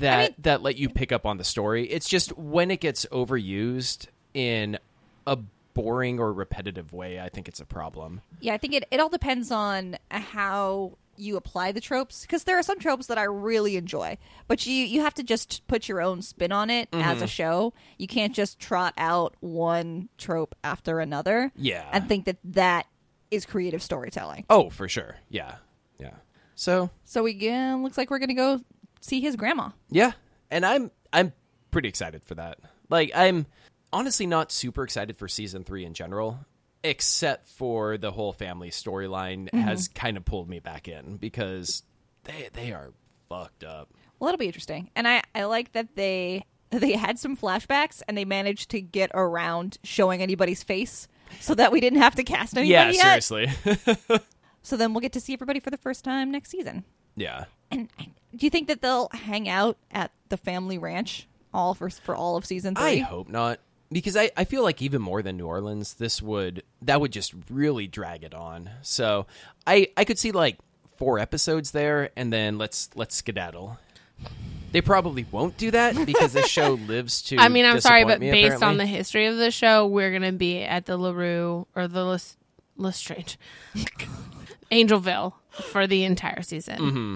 S2: that that let you pick up on the story it's just when it gets overused in a boring or repetitive way i think it's a problem
S4: Yeah, I think it, it all depends on how you apply the tropes because there are some tropes that I really enjoy, but you you have to just put your own spin on it
S2: Mm-hmm.
S4: as a show. You can't just trot out one trope after another.
S2: Yeah.
S4: and think that that is creative storytelling.
S2: oh for sure yeah yeah so
S4: So we yeah, looks like we're gonna go see his grandma.
S2: Yeah, and I'm I'm pretty excited for that. Like I'm honestly not super excited for season 3 in general, except for the whole family storyline
S4: Mm-hmm.
S2: has kind of pulled me back in because they they are fucked up.
S4: Well, that'll be interesting. And I, I like that they they had some flashbacks and they managed to get around showing anybody's face so that we didn't have to cast anybody
S2: yeah,
S4: yet.
S2: seriously.
S4: So then we'll get to see everybody for the first time next season.
S2: yeah.
S4: And I- do you think that they'll hang out at the family ranch all for for all of season
S2: I
S4: three?
S2: hope not. Because I, I feel like even more than New Orleans, this would that would just really drag it on. So I I could see like four episodes there and then let's let's skedaddle. They probably won't do that because this show lives to
S3: I mean, I'm sorry, but
S2: disappoint me,
S3: based on the
S2: apparently.
S3: history of the show, we're gonna be at the Larue or the Lest- Lestrange, Angelville for the entire season.
S2: Mm-hmm.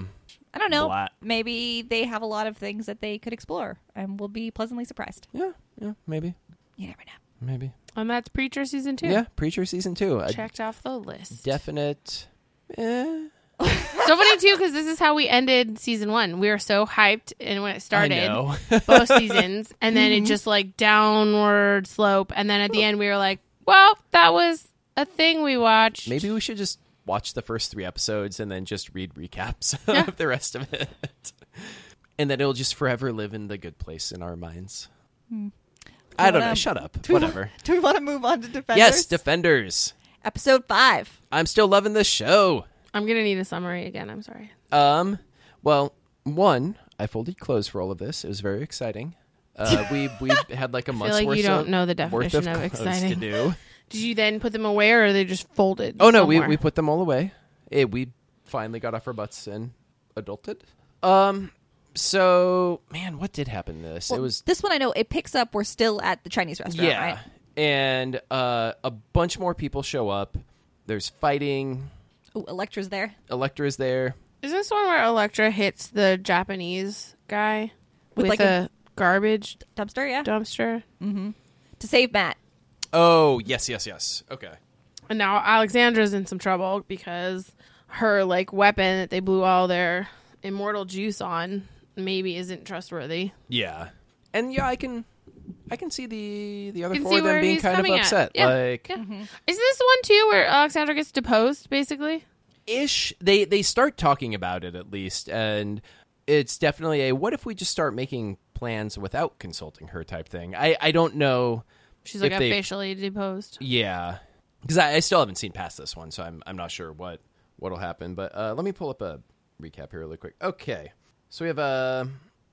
S4: I don't know.
S2: Blat.
S4: Maybe they have a lot of things that they could explore, and we'll be pleasantly surprised.
S2: Yeah, yeah, maybe.
S4: You never know.
S2: Maybe.
S3: And that's Preacher season two.
S2: Yeah, Preacher season two. A
S3: checked off the list.
S2: definite eh.
S3: so funny too because this is how we ended season one. We were so hyped, and when it
S2: I
S3: started,
S2: know.
S3: both seasons, and then
S2: Mm-hmm.
S3: it just like downward slope, and then at the end we were like, well, that was a thing we watched.
S2: Maybe we should just watch the first three episodes and then just read recaps
S3: Yeah.
S2: of the rest of it. And then it'll just forever live in the good place in our minds.
S3: Hmm.
S2: I don't know.
S4: wanna-
S2: Shut up.
S4: Do we wa-
S2: Whatever.
S4: do we want to move on to defenders?
S2: Yes, Defenders.
S4: Episode five.
S2: I'm still loving this show.
S3: I'm gonna need a summary again. I'm sorry.
S2: Um, well, one, I folded clothes for all of this. It was very exciting. Uh, we we had like a month's
S3: like
S2: worth
S3: you
S2: of,
S3: don't know the
S2: worth
S3: definition of
S2: clothes to
S3: exciting.
S2: do.
S3: Did you then put them away, or are they just folded?
S2: Oh no, we,
S3: somewhere?
S2: we put them all away. Eh, we finally got off our butts and adulted. Um, so man, what did happen to this?
S4: Well,
S2: it was
S4: this one. I know it picks up. We're still at the Chinese restaurant,
S2: yeah,
S4: right?
S2: and uh, a bunch more people show up. There's fighting.
S4: Oh, Electra's there
S2: Electra's there.
S3: Is this one where Electra hits the Japanese guy
S4: With,
S3: with,
S4: like,
S3: like a, garbage
S4: dumpster. Yeah,
S3: dumpster?
S4: to save Matt.
S2: Oh yes, yes, yes. Okay.
S3: And now Alexandra's in some trouble because her like weapon that they blew all their immortal juice on maybe isn't trustworthy.
S2: Yeah, and yeah, I can, I can see the the other
S3: You can
S2: four
S3: see
S2: of
S3: where
S2: them being
S3: he's
S2: kind of
S3: coming at.
S2: upset.
S3: Yeah,
S2: Like
S3: yeah. Is this one too where Alexandra gets deposed basically?
S2: ish, they they start talking about it at least, and it's definitely a what if we just start making plans without consulting her type thing. I I don't know.
S3: She's like
S2: If they-
S3: officially deposed.
S2: Yeah, because I, I still haven't seen past this one, so I'm I'm not sure what what'll happen. But uh, let me pull up a recap here really quick. Okay, so we have uh,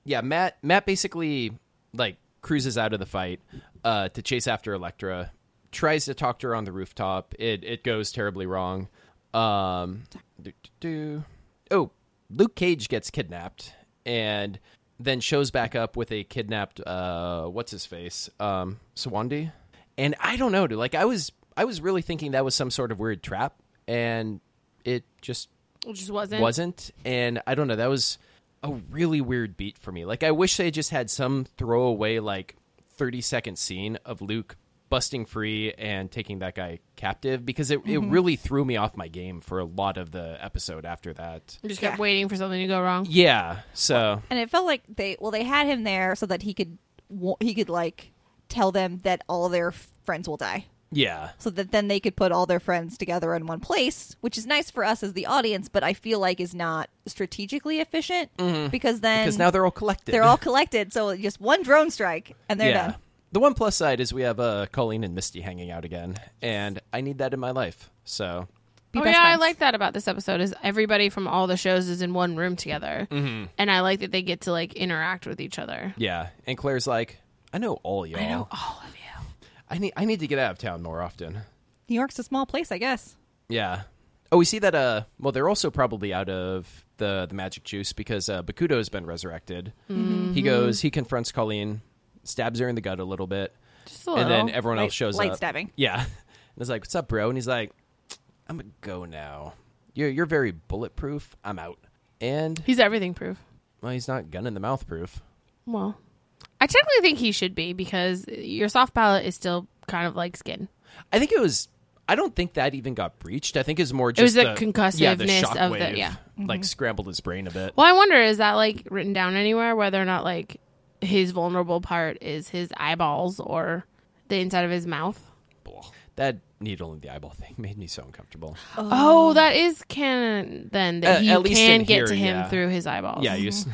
S2: yeah Matt Matt basically like cruises out of the fight uh, to chase after Electra, tries to talk to her on the rooftop. It it goes terribly wrong. Um, do, do, do. oh Luke Cage gets kidnapped and then shows back up with a kidnapped uh what's his face um Sawandi and I don't know dude like I was I was really thinking that was some sort of weird trap and it just
S3: Which just wasn't.
S2: wasn't and I don't know that was a really weird beat for me like I wish they just had some throwaway like 30 second scene of Luke busting free and taking that guy captive because it, it really threw me off my game for a lot of the episode after that
S3: You just kept
S4: Yeah.
S3: waiting for something to go wrong.
S2: yeah so
S4: and it felt like they well they had him there so that he could wa- he could like tell them that all their friends will die
S2: yeah
S4: so that then they could put all their friends together in one place which is nice for us as the audience but i feel like is not strategically efficient because then
S2: Mm-hmm. because now they're all collected
S4: they're all collected so just one drone strike and they're done
S2: The one plus side is we have uh, Colleen and Misty hanging out again, and I need that in my life. So
S4: Be
S3: oh
S4: best
S3: yeah, I
S4: friends.
S3: like that about this episode is everybody from all the shows is in one room together, mm-hmm. and I like that they get to like interact with each other.
S2: yeah, and Claire's like, I know all y'all. I
S3: know all of you.
S2: I need I need to get out of town more often.
S4: new york's a small place i guess
S2: Yeah. Oh, we see that. Uh, well, they're also probably out of the the magic juice because uh, Bakudo has been resurrected. He goes. He confronts Colleen, stabs her in the gut a little bit,
S3: Just a little.
S2: and then everyone
S4: Light-
S2: else shows
S4: light
S2: up.
S4: stabbing.
S2: Yeah. And it's like, what's up, bro? And he's like, I'm gonna go now. You're you're very bulletproof. I'm out. And
S3: he's everything proof.
S2: well, he's not gun in the mouth proof.
S3: Well, I technically think he should be because your soft palate is still kind of like skin.
S2: I think it was. I don't think that even got breached. I think it's more just
S3: was
S2: the,
S3: the concussiveness
S2: yeah, the
S3: of the-
S2: shockwave,
S3: yeah.
S2: like scrambled his brain a bit.
S3: Well, I wonder is that like written down anywhere whether or not like his vulnerable part is his eyeballs or the inside of his mouth.
S2: That needle in the eyeball thing made me so uncomfortable.
S3: Oh, that is canon then that
S2: Uh,
S3: he
S2: at least
S3: can
S2: in
S3: get
S2: here,
S3: to him
S2: yeah.
S3: through his eyeballs.
S2: Yeah, you just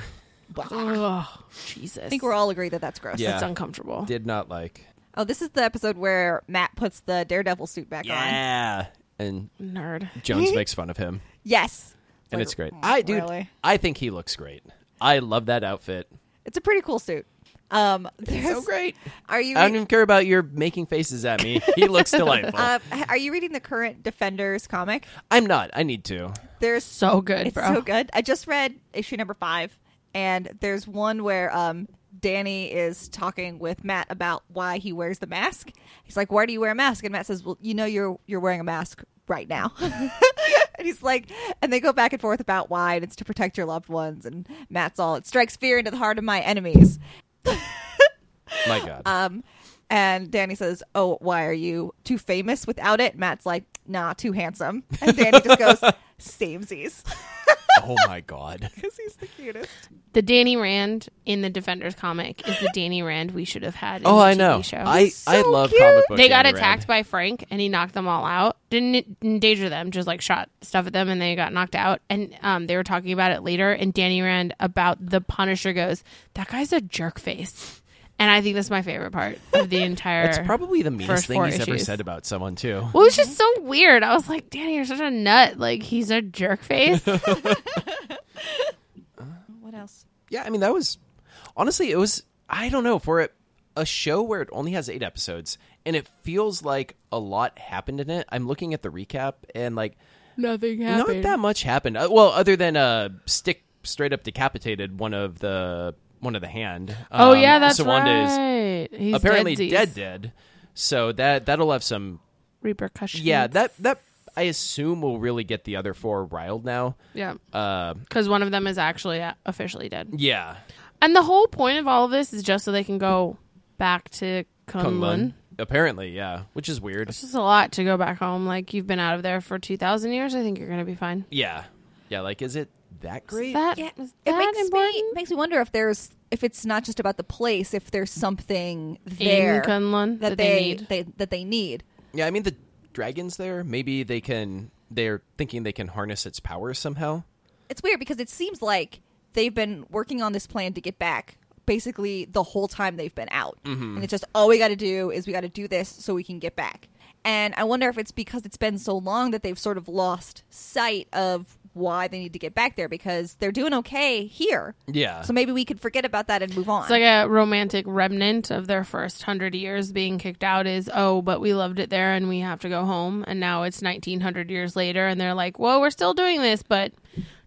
S3: Oh, Jesus.
S4: i think we're all agree that that's gross
S2: Yeah.
S3: That's uncomfortable.
S2: did not like.
S4: oh this is the episode where matt puts the daredevil suit back on
S2: Yeah, and
S3: Nerd.
S2: Jones makes fun of him,
S4: yes
S2: and
S4: like, oh,
S2: it's great. I do.
S4: really?
S2: I think he looks great. I love that outfit.
S4: it's a pretty cool suit um
S2: So
S4: there's-
S2: great.
S4: are you
S2: I don't even care about your making faces at me. He looks delightful.
S4: Uh, h- are you reading the current Defenders comic?
S2: I'm not. I need to.
S4: There's
S3: So good,
S4: it's
S3: bro.
S4: so good. I just read issue number five, and there's one where um, Danny is talking with Matt about why he wears the mask. He's like, "Why do you wear a mask?" And Matt says, "Well, you know, you're you're wearing a mask right now." and he's like, and they go back and forth about why, and it's to protect your loved ones. And Matt's all, "It strikes fear into the heart of my enemies."
S2: My God.
S4: Um, and Danny says, "Oh, why are you too famous without it?" Matt's like, "Nah, too handsome." And Danny just goes, "Samesies."
S2: oh my god.
S4: because he's the cutest.
S3: The Danny Rand in the Defenders comic is the Danny Rand we should have had. In
S2: Oh,
S3: the
S2: I
S3: TV
S2: know.
S3: Show.
S2: I I
S4: so
S2: love
S4: cute.
S2: comic book.
S3: they got
S2: Danny
S3: attacked
S2: Rand.
S3: by Frank, and he knocked them all out. Didn't en- endanger them, just like shot stuff at them, and they got knocked out. And um, they were talking about it later. And Danny Rand about the Punisher goes, "That guy's a jerk face," and I think that's my favorite part of the entire.
S2: It's probably the meanest
S3: first
S2: thing
S3: four
S2: he's ever
S3: issues.
S2: said about someone too.
S3: Well, it's just so
S4: Mm-hmm.
S3: weird. I was like, Danny, you're such a nut. Like he's a jerk face.
S4: What else?
S2: Yeah, I mean that was honestly it was I don't know for a, a show where it only has 8 episodes and it feels like a lot happened in it. I'm looking at the recap and like
S3: Nothing happened.
S2: not that much happened. Uh, well, other than uh stick straight up decapitated one of the one of the hand.
S3: oh
S2: Um,
S3: yeah, that's
S2: Sawanda is
S3: right. He's
S2: apparently
S3: deadsies.
S2: dead dead. So that that'll have some
S3: repercussions.
S2: yeah, that that I assume will really get the other four riled now.
S3: yeah,
S2: Uh
S3: because one of them is actually uh, officially dead.
S2: yeah.
S3: And the whole point of all of this is just so they can go back to Kunlun.
S2: Apparently, yeah, which is weird.
S3: It's just a lot to go back home. Like you've been out of there for two thousand years. I think you're gonna be fine.
S2: Yeah. Yeah, like is it that great?
S3: That
S4: Yeah,
S3: is
S4: it
S3: that
S4: makes me
S3: important?
S4: makes me wonder if there's if it's not just about the place, if there's something
S3: in
S4: there
S3: Kunlun
S4: that,
S3: that
S4: they,
S3: need.
S4: they that they need.
S2: yeah, I mean the dragons there, maybe they can they're thinking they can harness its power somehow.
S4: It's weird because it seems like they've been working on this plan to get back basically the whole time they've been out. And it's just all we got to do is we got to do this so we can get back. And I wonder if it's because it's been so long that they've sort of lost sight of why they need to get back there because they're doing okay here.
S2: Yeah.
S4: So maybe we could forget about that and move on.
S3: It's like a romantic remnant of their first hundred years being kicked out is, oh, but we loved it there and we have to go home. And now it's 1900 years later and they're like, whoa, we're still doing this, but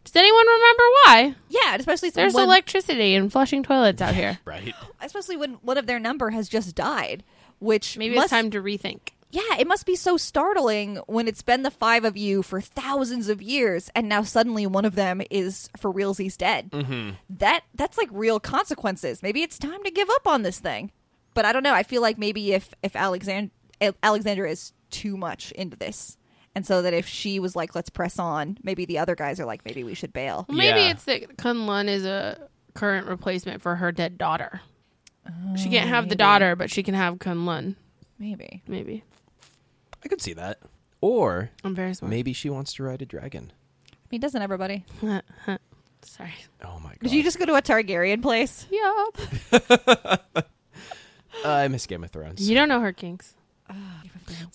S3: does anyone remember why?
S4: yeah, especially
S3: There's
S4: when,
S3: electricity and flushing toilets out here.
S2: Right.
S4: especially when one of their number has just died, which
S3: Maybe
S4: must-
S3: it's time to rethink.
S4: Yeah, it must be so startling when it's been the five of you for thousands of years, and now suddenly one of them is for realsies dead. Mm-hmm. That that's like real consequences. Maybe it's time to give up on this thing. But I don't know. I feel like maybe if if Alexand- Alexandra is too much into this, and so that if she was like, "Let's press on," maybe the other guys are like, "Maybe we should bail."
S3: Well, maybe
S2: Yeah.
S3: it's that Kunlun is a current replacement for her dead daughter. she can't have the daughter, but she can have Kunlun.
S4: Maybe
S3: Maybe.
S2: I could see that. Or
S3: I'm very smart.
S2: maybe she wants to ride a dragon.
S4: he doesn't. Everybody,
S3: Sorry.
S2: Oh my god.
S4: did you just go to a Targaryen place?
S3: Yup.
S2: uh, I miss Game of Thrones.
S3: You don't know her kinks.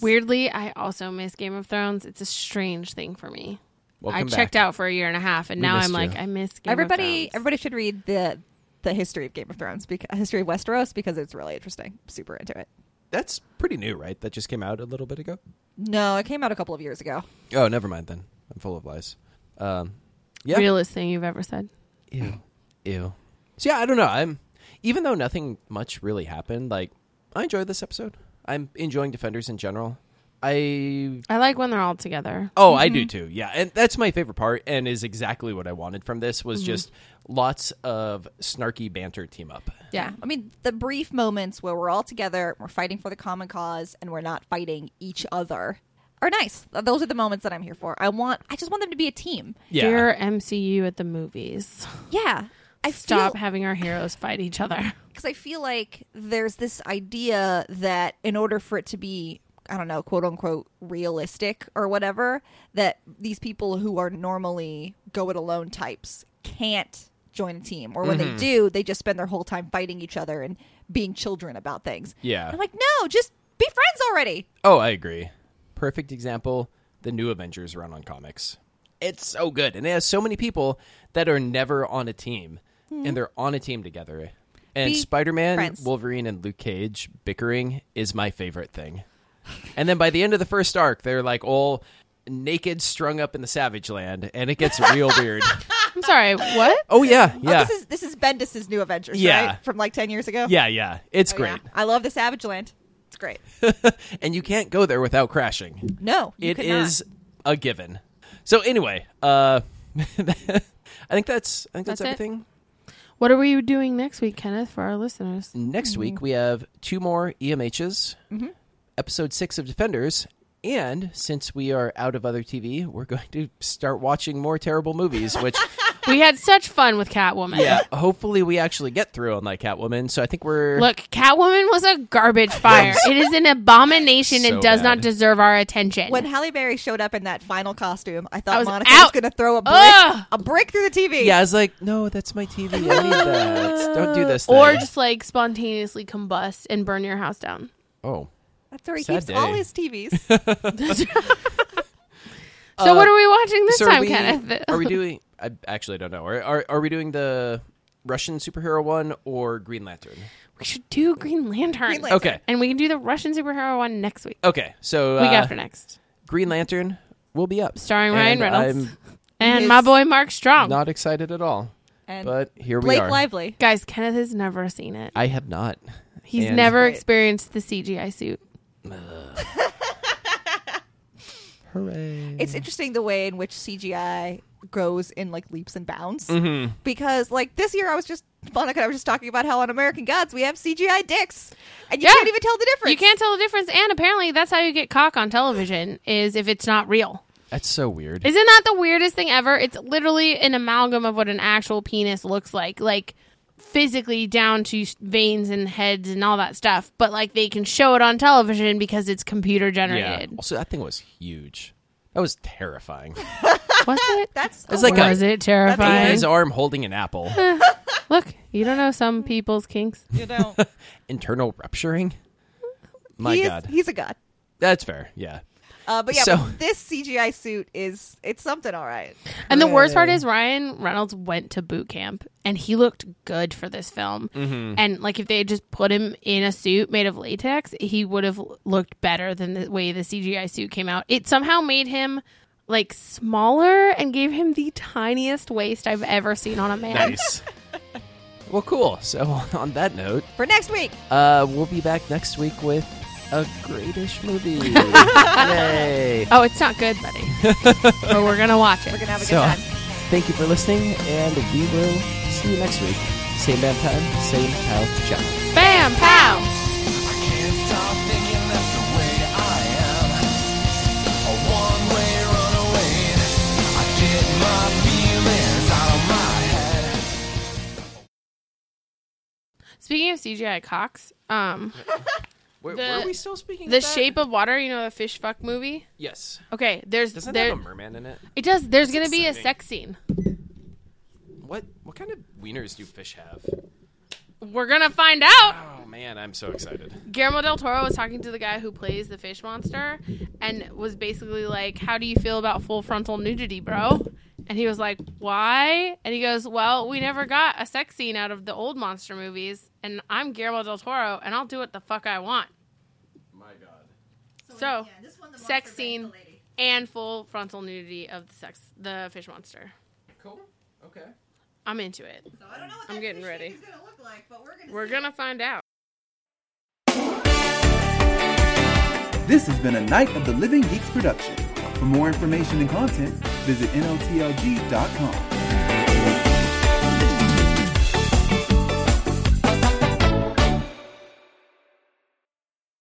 S3: Weirdly, I also miss Game of Thrones. It's a strange thing for me.
S2: Welcome
S3: I
S2: back.
S3: checked out for a year and a half, and
S2: We
S3: now
S2: missed
S3: I'm like,
S2: you.
S3: I miss Game
S4: everybody,
S3: of Thrones.
S4: everybody should read the the history of Game of Thrones, because history of Westeros, because it's really interesting. Super into it.
S2: That's pretty new, right? That just came out a little bit ago.
S4: No, it came out a couple of years ago.
S2: Oh, never mind then. I'm full of lies. Um Yeah.
S3: Realest thing you've ever said.
S2: Ew. Ew. So yeah, I don't know. I'm even though nothing much really happened, like I enjoyed this episode. I'm enjoying Defenders in general. I
S3: I like when they're all together.
S2: Oh, I do too. Yeah, and that's my favorite part, and is exactly what I wanted from this
S3: Mm-hmm.
S2: was just lots of snarky banter team up.
S3: Yeah.
S4: I mean, the brief moments where we're all together, we're fighting for the common cause, and we're not fighting each other are nice. Those are the moments that I'm here for. I want, I just want them to be a team.
S2: Yeah,
S3: Dear MCU at the movies,
S4: Yeah. I
S3: stop
S4: feel,
S3: having our heroes fight each other.
S4: because I feel like there's this idea that in order for it to be, I don't know, quote unquote, realistic or whatever, that these people who are normally go it alone types can't join a team, or when
S2: Mm-hmm.
S4: they do, they just spend their whole time fighting each other and being children about things.
S2: Yeah.
S4: I'm like, no, just be friends already.
S2: Oh, I agree. Perfect example: the new Avengers run on comics. It's so good, and it has so many people that are never on a team, and they're on a team together. And
S4: Hmm. Be
S2: Spider-Man,
S4: friends.
S2: Wolverine, and Luke Cage bickering is my favorite thing. And then by the end of the first arc, they're like all naked, strung up in the Savage Land, and it gets real weird.
S3: I'm sorry, what?
S2: Oh yeah, yeah.
S4: Oh, this is this is Bendis's new Avengers,
S2: Yeah.
S4: right? From like ten years ago.
S2: Yeah, yeah. It's
S4: Oh, yeah.
S2: great.
S4: I love the Savage Land. It's great.
S2: And you can't go there without crashing.
S4: No, you
S2: It
S4: could not.
S2: is a given. So anyway, uh I think that's I think that's,
S3: That's it.
S2: everything.
S3: What are we doing next week, Kenneth, for our listeners?
S2: E Next week we have two more EMHs. Episode 6 of Defenders And since we are out of other TV, we're going to start watching more terrible movies, which
S3: We had such fun with Catwoman.
S2: yeah, hopefully we actually get through on like Catwoman. So I think we're
S3: Look, Catwoman was a garbage fire. it is an abomination
S2: So
S3: and does not
S2: bad.
S3: deserve our attention.
S4: When Halle Berry showed up in that final costume, I thought
S3: I was
S4: Monica was
S3: out.
S4: going to throw a brick,
S3: Ugh.
S4: a brick through the TV.
S2: Yeah, I was like, no, that's my TV. I need that. Don't do this. Thing.
S3: or just like spontaneously combust and burn your house down.
S2: oh,
S4: that's where he
S2: Sad
S4: keeps all
S2: day.
S4: his TVs.
S3: So what are we watching this
S2: Uh, so
S3: time,
S2: are we,
S3: Kenneth?
S2: are we doing? I actually I don't know. Are, are are we doing the Russian superhero one or Green Lantern?
S3: We should do Green Lantern.
S4: Green Lantern.
S2: Okay,
S3: And we can do the Russian superhero one next week.
S2: okay. So
S3: Week
S2: uh,
S3: after next.
S2: Green Lantern will be up,
S3: Starring
S2: And
S3: Ryan Reynolds.
S2: I'm
S3: And
S4: Yes.
S3: my boy Mark Strong.
S2: not excited at all,
S4: And
S2: but here
S4: Blake
S2: we are.
S4: Lively.
S3: Guys, Kenneth has never seen it.
S2: I have not.
S3: He's
S2: And-
S3: never
S4: Right.
S3: experienced the CGI suit.
S2: Hooray!
S4: It's interesting the way in which CGI grows in like leaps and bounds.
S2: Mm-hmm.
S4: Because like this year, I was just Monica. and I was just talking about how on American Gods we have CGI dicks, and you
S3: Yeah.
S4: can't even tell the difference.
S3: You can't tell the difference. And apparently, that's how you get cock on television is if it's not real.
S2: That's so weird.
S3: Isn't that the weirdest thing ever? It's literally an amalgam of what an actual penis looks like, like physically down to s- veins and heads and all that stuff. But like they can show it on television because it's computer
S2: yeah.
S3: generated.
S2: Also, that thing was huge. That was terrifying.
S3: Was it?
S4: That's
S2: It's like
S3: was
S2: a,
S3: it terrifying?
S2: his arm holding an apple.
S3: Look, you don't know some people's kinks.
S4: you know.
S2: Internal rupturing. My
S4: he is-
S2: God,
S4: he's a god.
S2: that's fair. Yeah.
S4: Uh, but yeah,
S2: So-
S4: but this CGI suit is it's something all right.
S3: And the worst part is Ryan Reynolds went to boot camp and he looked good for this film. And like if they had just put him in a suit made of latex, he would have looked better than the way the CGI suit came out. It somehow made him like smaller and gave him the tiniest waist I've ever seen on a man.
S2: Nice. well, cool. So on that note,
S4: For next week,
S2: uh, we'll be back next week with a greatish movie. Yay!
S3: Oh, it's not good, buddy. but we're gonna watch
S4: we're
S3: it.
S4: gonna have a good
S2: So
S4: time.
S2: thank you for listening, and we will see you next week. Same bad time, same pal channel.
S3: Bam, pow.
S5: Can't stop thinking that's the way I am. A one-way runaway. I get my feelings out of my head.
S3: Speaking of CGI cocks, um,
S2: Wait,
S3: The-
S2: were we still speaking?
S3: the
S2: of that?
S3: Shape of Water, you know the fish fuck movie.
S2: Yes.
S3: Okay, there's
S2: Doesn't that
S3: there.
S2: have a merman in it?
S3: It does. There's going to be a
S2: exciting.
S3: sex scene.
S2: What what kind of wieners do fish have?
S3: We're going to find out.
S2: Oh man, I'm so excited.
S3: Guillermo del Toro was talking to the guy who plays the fish monster and was basically like, How do you feel about full frontal nudity, bro? And he was like, Why? And he goes, Well, we never got a sex scene out of the old monster movies, and I'm Guillermo del Toro, and I'll do what the fuck I want.
S2: My God.
S3: So, sex scene and full frontal nudity of the sex, the fish monster.
S2: Cool. Okay.
S3: I'm into it.
S4: So I don't know what
S3: I'm
S4: that
S3: getting
S4: fish
S3: ready.
S4: is gonna look like, but we're gonna
S3: We're
S4: see
S3: going to find out.
S1: This has been a Night of the Living Geeks production. For more information and content, visit NOTLG.com.